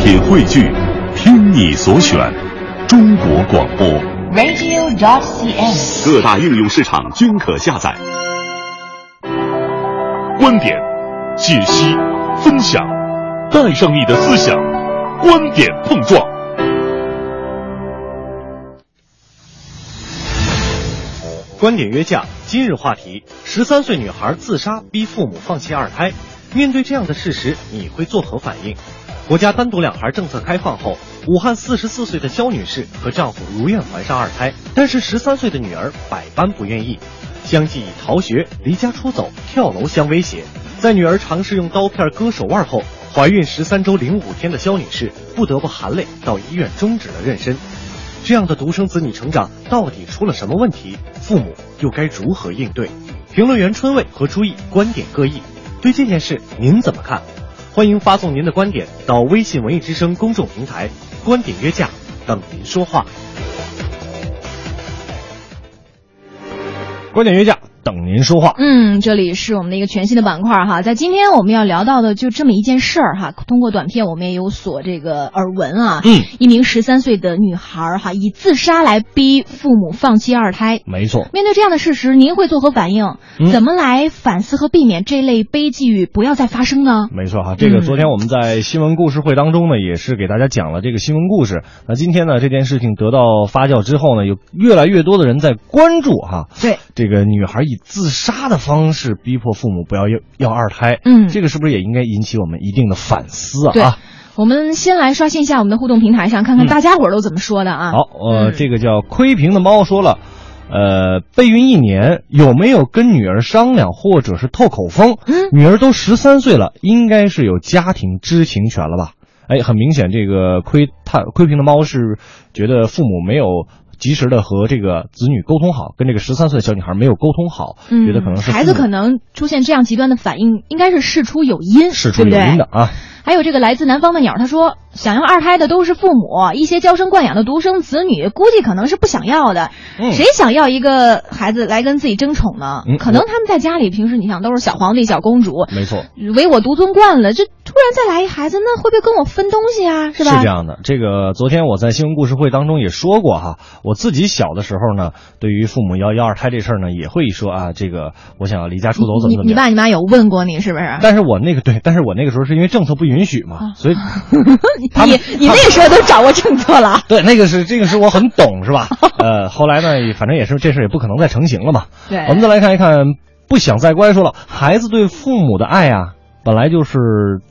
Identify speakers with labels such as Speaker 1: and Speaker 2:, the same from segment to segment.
Speaker 1: 品汇聚，听你所选，中国广播。
Speaker 2: radio.cn。
Speaker 1: 各大应用市场均可下载。观点、解析、分享，带上你的思想，观点碰撞。
Speaker 3: 观点约架，今日话题：十三岁女孩自杀逼父母放弃二胎，面对这样的事实，你会作何反应？国家单独两孩政策开放后，武汉四十四岁的肖女士和丈夫如愿怀上二胎，但是十三岁的女儿百般不愿意，相继以逃学、离家出走、跳楼相威胁。在女儿尝试用刀片割手腕后，怀孕十三周零五天的肖女士不得不含泪到医院终止了妊娠。这样的独生子女成长到底出了什么问题？父母又该如何应对？评论员春卫和朱毅观点各异，对这件事您怎么看？欢迎发送您的观点到微信文艺之声公众平台“观点约架”，等您说话。
Speaker 4: 观点约架，等您说话。
Speaker 5: 嗯，这里是我们的一个全新的板块儿哈，在今天我们要聊到的就这么一件事儿哈，通过短片我们也有所这个耳闻啊，
Speaker 4: 嗯，
Speaker 5: 一名十三岁的女孩儿哈，以自杀来逼父母放弃二胎。
Speaker 4: 没错，
Speaker 5: 面对这样的事实，您会作何反应？
Speaker 4: 嗯
Speaker 5: 怎么来反思和避免这类悲剧不要再发生呢？
Speaker 4: 没错哈。这个
Speaker 5: 嗯
Speaker 4: 昨天我们在新闻故事会当中呢，也是给大家讲了这个新闻故事。那今天呢，这件事情得到发酵之后呢，有越来越多的人在关注哈。
Speaker 5: 对，
Speaker 4: 这个女孩以自杀的方式逼迫父母不要要要二胎，
Speaker 5: 嗯
Speaker 4: 这个是不是也应该引起我们一定的反思
Speaker 5: 对
Speaker 4: 啊？
Speaker 5: 我们先来刷新一下我们的互动平台上，看看
Speaker 4: 嗯
Speaker 5: 大家伙儿都怎么说的啊。
Speaker 4: 好，呃，
Speaker 5: 嗯
Speaker 4: 这个叫窥屏的猫说了，呃，备孕一年有没有跟女儿商量，或者是透口风？
Speaker 5: 嗯
Speaker 4: 女儿都十三岁了，应该是有家庭知情权了吧？哎，很明显，这个窥探窥屏的猫是觉得父母没有。及时的和这个子女沟通好，跟这个十三岁的小女孩没有沟通好，
Speaker 5: 嗯，
Speaker 4: 觉得可能是
Speaker 5: 孩子
Speaker 4: 父母
Speaker 5: 可能出现这样极端的反应，应该是事出有因，
Speaker 4: 事出
Speaker 5: 对不
Speaker 4: 有
Speaker 5: 对
Speaker 4: 因的啊。
Speaker 5: 还有这个来自南方的鸟，他说想要二胎的都是父母，一些娇生惯养的独生子女估计可能是不想要的。
Speaker 4: 嗯
Speaker 5: 谁想要一个孩子来跟自己争宠呢？
Speaker 4: 嗯
Speaker 5: 可能他们在家里平时你想都是小皇帝、小公主，
Speaker 4: 没错，
Speaker 5: 唯我独尊惯了，这突然再来一孩子，那会不会跟我分东西啊？是吧？
Speaker 4: 这样的，这个昨天我在新闻故事会当中也说过哈，我自己小的时候呢，对于父母要要二胎这事儿呢，也会说啊，这个我想要离家出走怎么
Speaker 5: 你
Speaker 4: 怎么
Speaker 5: 你
Speaker 4: 样。
Speaker 5: 爸你妈有问过你是不是？
Speaker 4: 但是我那个对，但是我那个时候是因为政策不允许嘛，
Speaker 5: 啊
Speaker 4: 所 以他
Speaker 5: 你
Speaker 4: 们
Speaker 5: 你那时候都掌握政策了。
Speaker 4: 对那个是这个是我很懂是 吧？呃，后来呢，也反正也是这事儿也不可能再成型了嘛。
Speaker 5: 对，
Speaker 4: 我们再来看一看，不想再乖说了，孩子对父母的爱啊。本来就是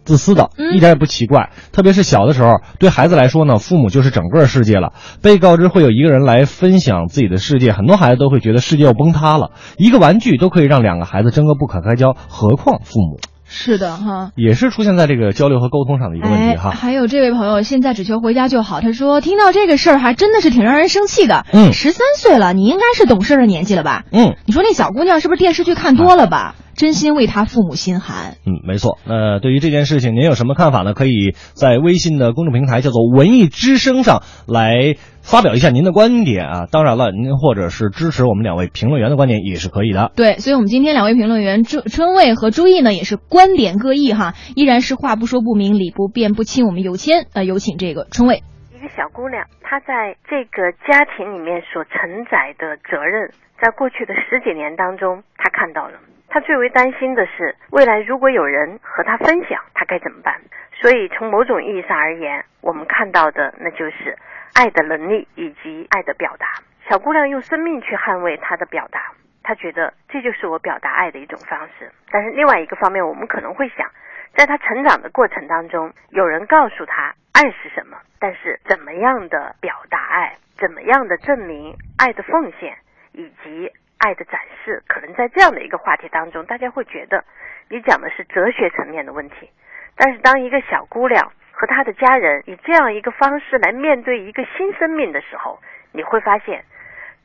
Speaker 4: 自私的，
Speaker 5: 嗯
Speaker 4: 一点也不奇怪。特别是小的时候，对孩子来说呢，父母就是整个世界了。被告知会有一个人来分享自己的世界，很多孩子都会觉得世界要崩塌了。一个玩具都可以让两个孩子争个不可开交，何况父母？
Speaker 5: 是的哈。
Speaker 4: 也是出现在这个交流和沟通上的一个问题哈。
Speaker 5: 哎。还有这位朋友，现在只求回家就好。他说，听到这个事儿还真的是挺让人生气的。
Speaker 4: 嗯
Speaker 5: 十三岁了，你应该是懂事儿的年纪了吧？
Speaker 4: 嗯
Speaker 5: 你说那小姑娘是不是电视剧看多了吧？真心为她父母心寒。
Speaker 4: 嗯，没错。那对于这件事情，您有什么看法呢？可以在微信的公众平台叫做“文艺之声”上来发表一下您的观点啊。当然了，您或者是支持我们两位评论员的观点也是可以的。
Speaker 5: 对，所以我们今天两位评论员春春卫和朱毅呢，也是观点各异哈，依然是话不说不明，理不辩不清。我们有请呃，有请这个春卫。
Speaker 6: 一个小姑娘，她在这个家庭里面所承载的责任，在过去的十几年当中，她看到了。她最为担心的是，未来如果有人和她分享，她该怎么办？所以，从某种意义上而言，我们看到的那就是爱的能力以及爱的表达。小姑娘用生命去捍卫她的表达，她觉得这就是我表达爱的一种方式。但是，另外一个方面，我们可能会想，在他成长的过程当中，有人告诉他爱是什么，但是怎么样的表达爱，怎么样的证明爱的奉献以及爱的展示，可能在这样的一个话题当中，大家会觉得你讲的是哲学层面的问题。但是当一个小姑娘和她的家人以这样一个方式来面对一个新生命的时候，你会发现，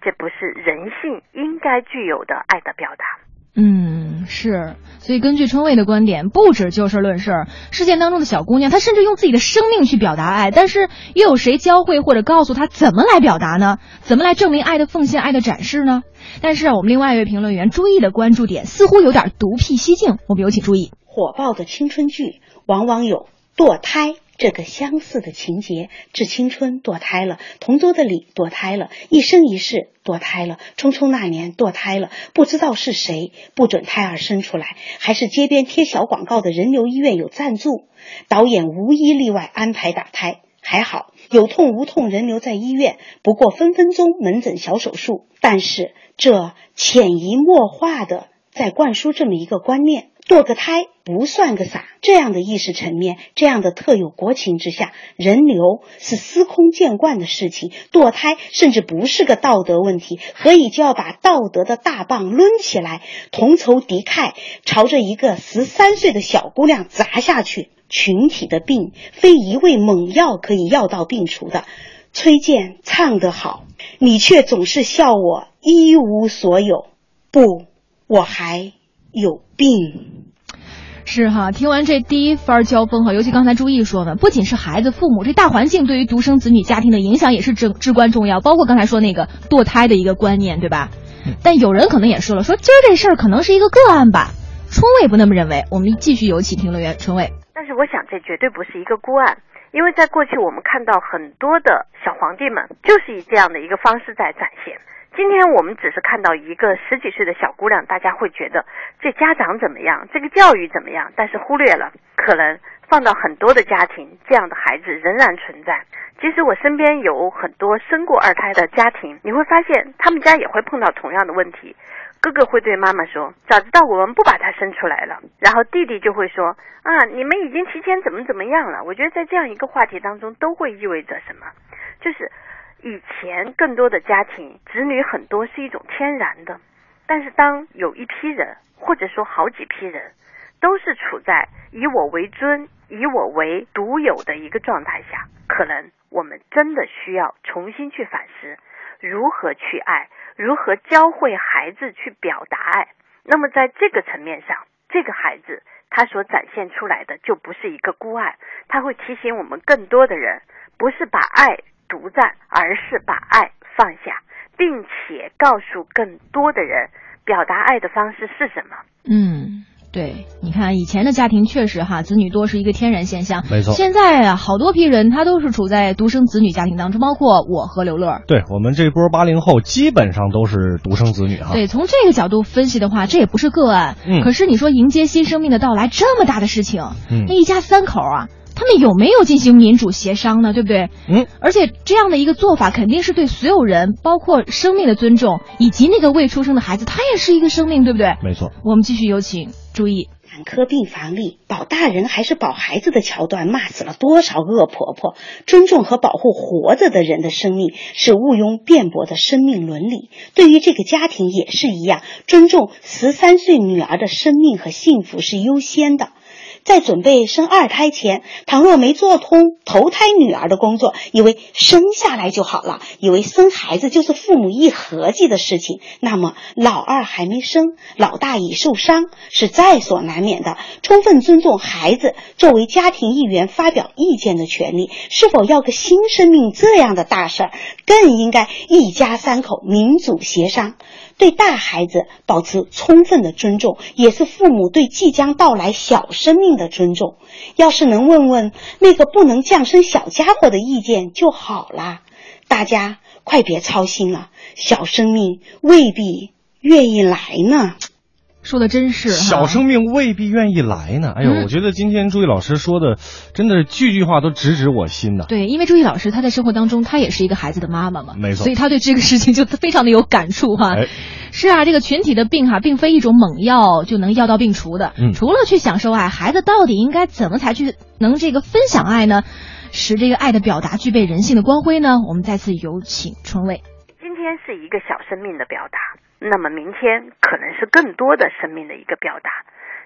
Speaker 6: 这不是人性应该具有的爱的表达。
Speaker 5: 嗯，是。所以根据春卫的观点，不止就事论事儿。事件当中的小姑娘，她甚至用自己的生命去表达爱，但是又有谁教会或者告诉她怎么来表达呢？怎么来证明爱的奉献、爱的展示呢？但是啊我们另外一位评论员朱毅的关注点似乎有点独辟蹊径，我们有请朱毅。
Speaker 7: 火爆的青春剧往往有堕胎、
Speaker 2: 这个相似的情节，致青春堕胎了，同桌的李堕胎了，一生一世堕胎了，匆匆那年堕胎了，不知道是谁不准胎儿生出来，还是街边贴小广告的人流医院有赞助，导演无一例外安排打胎。还好，有痛无痛，人留在医院，不过分分钟门诊小手术。但是这潜移默化的在灌输这么一个观念：堕个胎不算个傻。这样的意识层面，这样的特有国情之下，人流是司空见惯的事情，堕胎甚至不是个道德问题，何以就要把道德的大棒抡起来，同仇敌忾，朝着一个十三岁的小姑娘砸下去？群体的病非一味猛药可以药到病除的。崔健唱得好，你却总是笑我一无所有。不，我还有病。
Speaker 5: 是哈，听完这第一番交锋哈，尤其刚才朱毅说的，不仅是孩子、父母，这大环境对于独生子女家庭的影响也是至至关重要。包括刚才说那个堕胎的一个观念，对吧？
Speaker 4: 嗯
Speaker 5: 但有人可能也说了，说今儿这事儿可能是一个个案吧。春卫不那么认为，我们继续有请评论员春卫。
Speaker 6: 但是我想，这绝对不是一个孤案，因为在过去我们看到很多的小皇帝们就是以这样的一个方式在展现。今天我们只是看到一个十几岁的小姑娘，大家会觉得这家长怎么样，这个教育怎么样，但是忽略了可能放到很多的家庭，这样的孩子仍然存在。其实我身边有很多生过二胎的家庭，你会发现他们家也会碰到同样的问题。哥哥会对妈妈说：“早知道我们不把他生出来了。”然后弟弟就会说：“啊，你们已经提前怎么怎么样了。”我觉得在这样一个话题当中，都会意味着什么？就是以前更多的家庭，子女很多是一种天然的，但是当有一批人，或者说好几批人，都是处在以我为尊、以我为独有的一个状态下，可能我们真的需要重新去反思如何去爱。如何教会孩子去表达爱？那么在这个层面上，这个孩子他所展现出来的就不是一个孤爱，他会提醒我们更多的人，不是把爱独占，而是把爱放下，并且告诉更多的人，表达爱的方式是什么。
Speaker 5: 嗯，对，你看以前的家庭确实哈，子女多是一个天然现象，
Speaker 4: 没错
Speaker 5: 现在啊，好多批人他都是处在独生子女家庭当中，包括我和刘乐。
Speaker 4: 对我们这波八零后基本上都是独生子女啊哈。
Speaker 5: 对，从这个角度分析的话，这也不是个案。
Speaker 4: 嗯
Speaker 5: 可是你说迎接新生命的到来，这么大的事情，
Speaker 4: 嗯
Speaker 5: 那一家三口啊，他们有没有进行民主协商呢？对不对？
Speaker 4: 嗯，
Speaker 5: 而且这样的一个做法，肯定是对所有人，包括生命的尊重，以及那个未出生的孩子，他也是一个生命，对不对？
Speaker 4: 没错。
Speaker 5: 我们继续有请注意。
Speaker 2: 产科病房里保大人还是保孩子的桥段，骂死了多少恶婆婆！尊重和保护活着的人的生命是毋庸辩驳的生命伦理，对于这个家庭也是一样，尊重十三岁女儿的生命和幸福是优先的。在准备生二胎前，倘若没做通头胎女儿的工作，以为生下来就好了，以为生孩子就是父母一合计的事情，那么老二还没生，老大已受伤，是在所难免的。充分尊重孩子作为家庭一员发表意见的权利，是否要个新生命这样的大事儿，更应该一家三口民主协商。对大孩子保持充分的尊重，也是父母对即将到来小生命的尊重。要是能问问那个不能降生小家伙的意见就好啦。大家快别操心了，小生命未必愿意来呢。
Speaker 5: 说的真是哈
Speaker 4: 小生命未必愿意来呢。哎呦，
Speaker 5: 嗯
Speaker 4: 我觉得今天朱毅老师说的，真的是句句话都直指我心呐。
Speaker 5: 对，因为朱毅老师她在生活当中，她也是一个孩子的妈妈嘛，
Speaker 4: 没错
Speaker 5: 所以她对这个事情就非常的有感触哈、
Speaker 4: 哎
Speaker 5: 是啊，这个群体的病哈、并非一种猛药就能药到病除的。
Speaker 4: 嗯
Speaker 5: 除了去享受爱，孩子到底应该怎么才去能这个分享爱呢？使这个爱的表达具备人性的光辉呢？我们再次有请春卫。
Speaker 6: 今天是一个小生命的表达，那么明天可能是更多的生命的一个表达。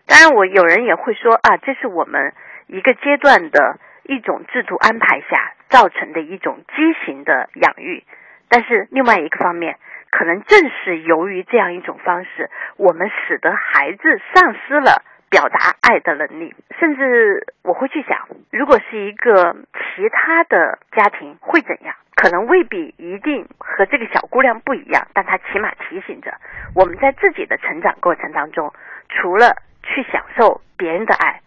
Speaker 6: 当然，我有人也会说啊，这是我们一个阶段的一种制度安排下造成的一种畸形的养育。但是另外一个方面，可能正是由于这样一种方式，我们使得孩子丧失了表达爱的能力，甚至我会去想，如果是一个其他的家庭会怎样？可能未必一定和这个小姑娘不一样，但她起码提醒着我们在自己的成长过程当中，除了去享受别人的爱，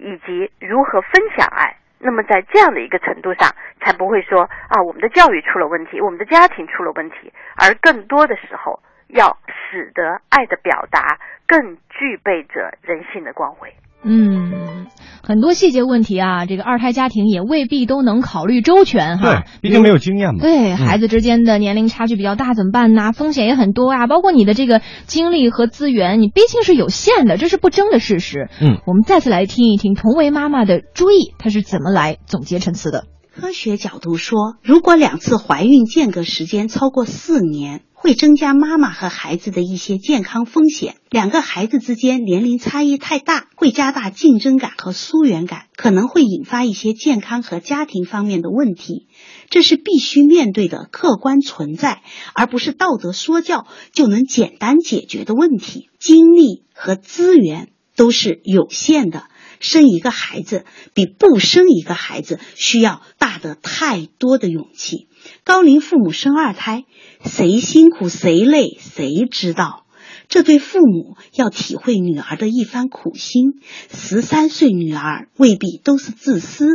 Speaker 6: 以及如何分享爱，那么在这样的一个程度上，才不会说啊，我们的教育出了问题，我们的家庭出了问题，而更多的时候要使得爱的表达更具备着人性的光辉。
Speaker 5: 嗯，很多细节问题啊，这个二胎家庭也未必都能考虑周全哈。嗯
Speaker 4: 对，毕竟没有经验嘛。
Speaker 5: 对孩子之间的年龄差距比较大，怎么办
Speaker 4: 嗯
Speaker 5: 呐？风险也很多啊，包括你的这个精力和资源，你毕竟是有限的，这是不争的事实。
Speaker 4: 嗯，
Speaker 5: 我们再次来听一听同为妈妈的朱毅，她是怎么来总结陈词的。
Speaker 2: 科学角度说，如果两次怀孕间隔时间超过四年，会增加妈妈和孩子的一些健康风险。两个孩子之间年龄差异太大，会加大竞争感和疏远感，可能会引发一些健康和家庭方面的问题。这是必须面对的客观存在，而不是道德说教就能简单解决的问题。精力和资源都是有限的，生一个孩子比不生一个孩子需要大的太多的勇气。高龄父母生二胎，谁辛苦谁累谁知道。这对父母要体会女儿的一番苦心。十三岁女儿未必都是自私，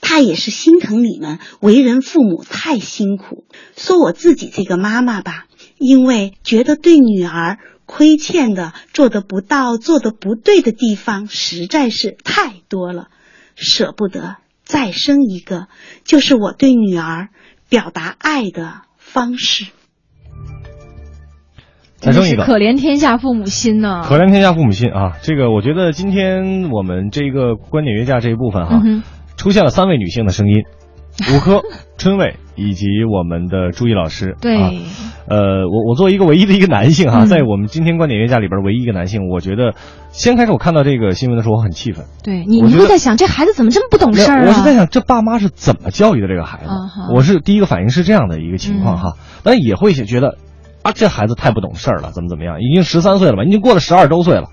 Speaker 2: 她也是心疼你们为人父母太辛苦。说我自己这个妈妈吧，因为觉得对女儿亏欠的、做的不到、做的不对的地方实在是太多了，舍不得再生一个，就是我对女儿表达爱的方式。
Speaker 4: 再生一
Speaker 5: 真
Speaker 4: 个
Speaker 5: 是可怜天下父母心呐、
Speaker 4: 可怜天下父母心啊！这个我觉得今天我们这个观点约架这一部分哈、
Speaker 5: 嗯哼，
Speaker 4: 出现了三位女性的声音，吴 科、春伟以及我们的朱毅老师。
Speaker 5: 对，
Speaker 4: 啊呃，我我作为一个唯一的一个男性哈、
Speaker 5: 嗯
Speaker 4: 在我们今天观点约架里边唯一一个男性，我觉得先开始我看到这个新闻的时候，我很气愤。
Speaker 5: 对你
Speaker 4: 我
Speaker 5: 你
Speaker 4: 觉得
Speaker 5: 会在想这孩子怎么这么不懂事儿啊？
Speaker 4: 我是在想，这爸妈是怎么教育的这个孩子？
Speaker 5: 啊哈
Speaker 4: 我是第一个反应是这样的一个情况哈，但也会觉得啊，这孩子太不懂事儿了，怎么怎么样？已经十三岁了吧？已经过了十二周岁了。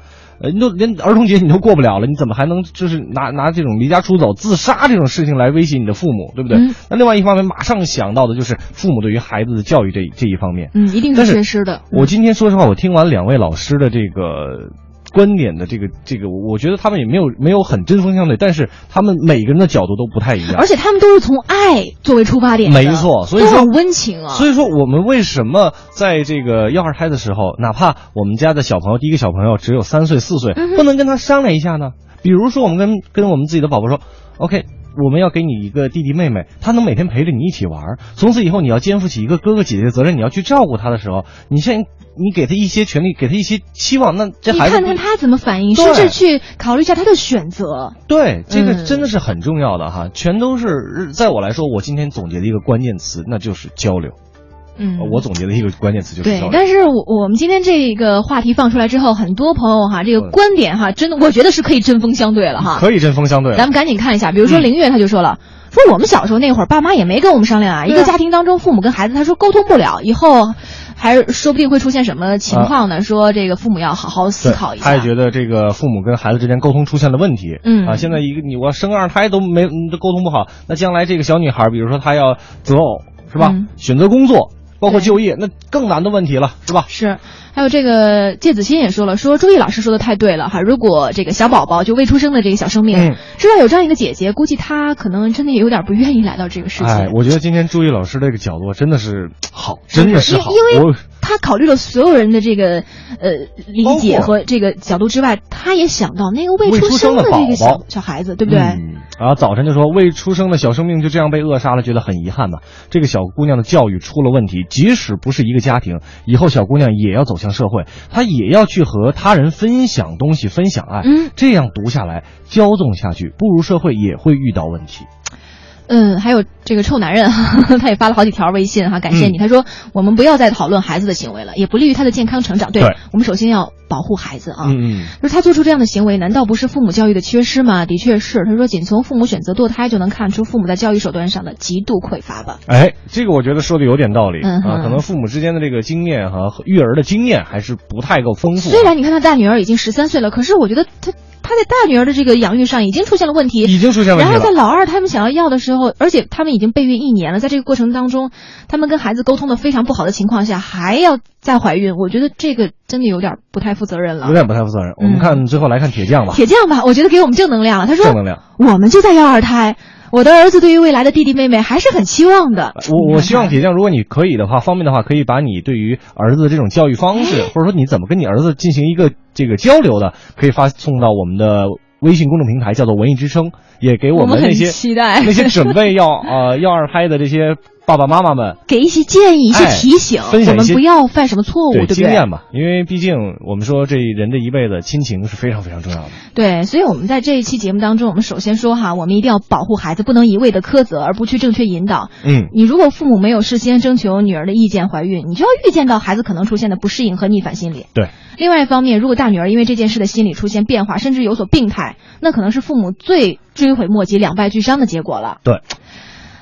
Speaker 4: 呃，你都连儿童节你都过不了了，你怎么还能就是拿拿这种离家出走、自杀这种事情来威胁你的父母，对不对？
Speaker 5: 嗯
Speaker 4: 那另外一方面，马上想到的就是父母对于孩子的教育这一这一方面，
Speaker 5: 嗯，一定
Speaker 4: 但
Speaker 5: 是
Speaker 4: 是
Speaker 5: 缺失的。
Speaker 4: 我今天说实话，我听完两位老师的这个观点的这个这个，我我觉得他们也没有没有很针锋相对，但是他们每个人的角度都不太一样
Speaker 5: 而。且他们都是从爱作为出发点的，
Speaker 4: 没错所以
Speaker 5: 多
Speaker 4: 说
Speaker 5: 少温情啊！
Speaker 4: 所以说，我们为什么在这个要二胎的时候，哪怕我们家的小朋友第一个小朋友只有三岁四岁
Speaker 5: 嗯，哼
Speaker 4: 不能跟他商量一下呢？比如说，我们跟跟我们自己的宝宝说，OK。我们要给你一个弟弟妹妹，他能每天陪着你一起玩儿。从此以后，你要肩负起一个哥哥姐姐的责任，你要去照顾他的时候，你现在你给他一些权利，给他一些期望，那这
Speaker 5: 你
Speaker 4: 孩子
Speaker 5: 看看他怎么反应，
Speaker 4: 对
Speaker 5: 甚至去考虑一下他的选择。
Speaker 4: 对，这个
Speaker 5: 嗯
Speaker 4: 真的是很重要的哈，全都是在我来说，我今天总结的一个关键词，那就是交流。
Speaker 5: 嗯，
Speaker 4: 我总结的一个关键词就是
Speaker 5: 对
Speaker 4: 交，流。
Speaker 5: 但是我我们今天这个话题放出来之后，很多朋友哈，这
Speaker 4: 对
Speaker 5: 个观点哈，真的我觉得是可以针锋相对了哈。
Speaker 4: 可以针锋相对
Speaker 5: 啊
Speaker 4: 嗯
Speaker 5: 咱
Speaker 4: 了，
Speaker 5: 们赶紧看一下，比如说林月她就说了。说我们小时候那会儿，爸妈也没跟我们商量啊。一个家庭当中，父母跟孩子，他说沟通不了，以后还是说不定会出现什么情况呢？说这个父母要好好思考一
Speaker 4: 嗯
Speaker 5: 下。
Speaker 4: 他也觉得这个父母跟孩子之间沟通出现了问题。
Speaker 5: 嗯
Speaker 4: 啊，现在一个你我生二胎都没嗯都沟通不好，那将来这个小女孩，比如说她要择偶是吧？
Speaker 5: 嗯
Speaker 4: 选择工作，包括
Speaker 5: 对
Speaker 4: 就业，那更难的问题了是吧？
Speaker 5: 是，还有这个芥子欣也说了，说朱毅老师说的太对了哈。如果这个小宝宝就未出生的这个小生命，
Speaker 4: 嗯
Speaker 5: 知道有这样一个姐姐，估计她可能真的也有点不愿意来到这个世界。
Speaker 4: 哎，我觉得今天朱毅老师这个角度真的是好，
Speaker 5: 不
Speaker 4: 真的是好。
Speaker 5: 因因
Speaker 4: 我
Speaker 5: 为他考虑了所有人的这个呃理解
Speaker 4: 包括
Speaker 5: 和这个角度之外，他也想到那个
Speaker 4: 未
Speaker 5: 未
Speaker 4: 出
Speaker 5: 出
Speaker 4: 生
Speaker 5: 生
Speaker 4: 的
Speaker 5: 的这个
Speaker 4: 宝
Speaker 5: 小
Speaker 4: 宝
Speaker 5: 小孩子，对不对？
Speaker 4: 嗯然后早晨就说未出生的小生命就这样被扼杀了，觉得很遗憾呐、这个小姑娘的教育出了问题，即使不是一个家庭，以后小姑娘也要走向社会，她也要去和他人分享东西，分享爱。
Speaker 5: 嗯
Speaker 4: 这样读下来，骄纵下去，步入社会也会遇到问题。
Speaker 5: 嗯，还有这个臭男人， 他也发了好几条微信哈，感谢
Speaker 4: 嗯
Speaker 5: 你。他说我们不要再讨论孩子的行为了，也不利于他的健康成长。对
Speaker 4: 对
Speaker 5: 我们首先要保护孩子啊。
Speaker 4: 嗯嗯，
Speaker 5: 就是他做出这样的行为，难道不是父母教育的缺失吗？的确是。他说，仅从父母选择堕胎就能看出父母在教育手段上的极度匮乏吧。
Speaker 4: 哎，这个我觉得说的有点道理、
Speaker 5: 嗯
Speaker 4: 啊，
Speaker 5: 哼
Speaker 4: 可能父母之间的这个经验和育儿的经验还是不太够丰富啊。
Speaker 5: 虽然你看他大女儿已经十三岁了，可是我觉得他他在大女儿的这个养育上已经出现了问题。
Speaker 4: 已经出现问
Speaker 5: 然
Speaker 4: 题
Speaker 5: 后
Speaker 4: 了
Speaker 5: 在。老二他们想要要的时候，而且他们已经备孕一年了，在这个过程当中，他们跟孩子沟通的非常不好的情况下，还要再怀孕，我觉得这个真的有点不太负责任
Speaker 4: 有
Speaker 5: 了。
Speaker 4: 点不太负责任。我
Speaker 5: 嗯
Speaker 4: 们看最后来看铁匠吧，
Speaker 5: 铁匠吧，我觉得给我们正能量了。他说
Speaker 4: 正能量。
Speaker 5: 我们就在要二胎。我的儿子对于未来的弟弟妹妹还是很期望的。
Speaker 4: 我我希望铁匠，如果你可以的话，方便的话，可以把你对于儿子这种教育方
Speaker 5: 哎
Speaker 4: 式，或者说你怎么跟你儿子进行一个这个交流的，可以发送到我们的微信公众平台，叫做“文艺之声”，也给
Speaker 5: 我
Speaker 4: 们那些
Speaker 5: 很期待
Speaker 4: 那 些准备要呃要二胎的这些爸爸妈妈们
Speaker 5: 给一些建议、一些
Speaker 4: 哎
Speaker 5: 提醒，
Speaker 4: 分
Speaker 5: 我
Speaker 4: 享一
Speaker 5: 们
Speaker 4: 些
Speaker 5: 不要犯什么错误，对不
Speaker 4: 经
Speaker 5: 对？
Speaker 4: 验吧，因为毕竟我们说这人这一辈子亲情是非常非常重要的。
Speaker 5: 对，所以我们在这一期节目当中，我们首先说哈，我们一定要保护孩子，不能一味的苛责，而不去正确引导。
Speaker 4: 嗯，
Speaker 5: 你如果父母没有事先征求女儿的意见怀孕，你就要预见到孩子可能出现的不适应和逆反心理。
Speaker 4: 对。
Speaker 5: 另外一方面，如果大女儿因为这件事的心理出现变化，甚至有所病态，那可能是父母最追悔莫及、两败俱伤的结果了。
Speaker 4: 对。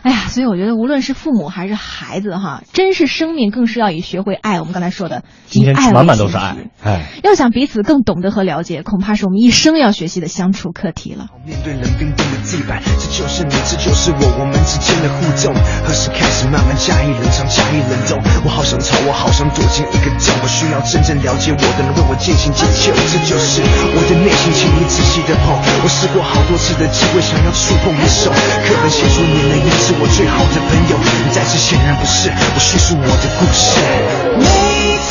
Speaker 5: 哎呀，所以我觉得无论是父母还是孩子哈，珍视生命更是要以学会爱。我们刚才说的，
Speaker 4: 今天
Speaker 5: 以爱为
Speaker 4: 满满都
Speaker 5: 前
Speaker 4: 是
Speaker 5: 提
Speaker 4: 爱。，哎。
Speaker 5: 要想彼此更懂得和了解，恐怕是我们一生要学习的相处课题了。
Speaker 7: 面对冷冰冰的地板，这就是你，这就是我，我们之间的互动，何时开始慢慢加以冷藏，加以冷冻？我好想逃，我好想躲进一个角，我需要真正了解我的人为我进行解救，这就是我的内心，请你仔细的碰。我试过好多次的机会，想要触碰你手，可能写出你能也是我最好的朋友，但是显然不是，我叙述我的故事。每天。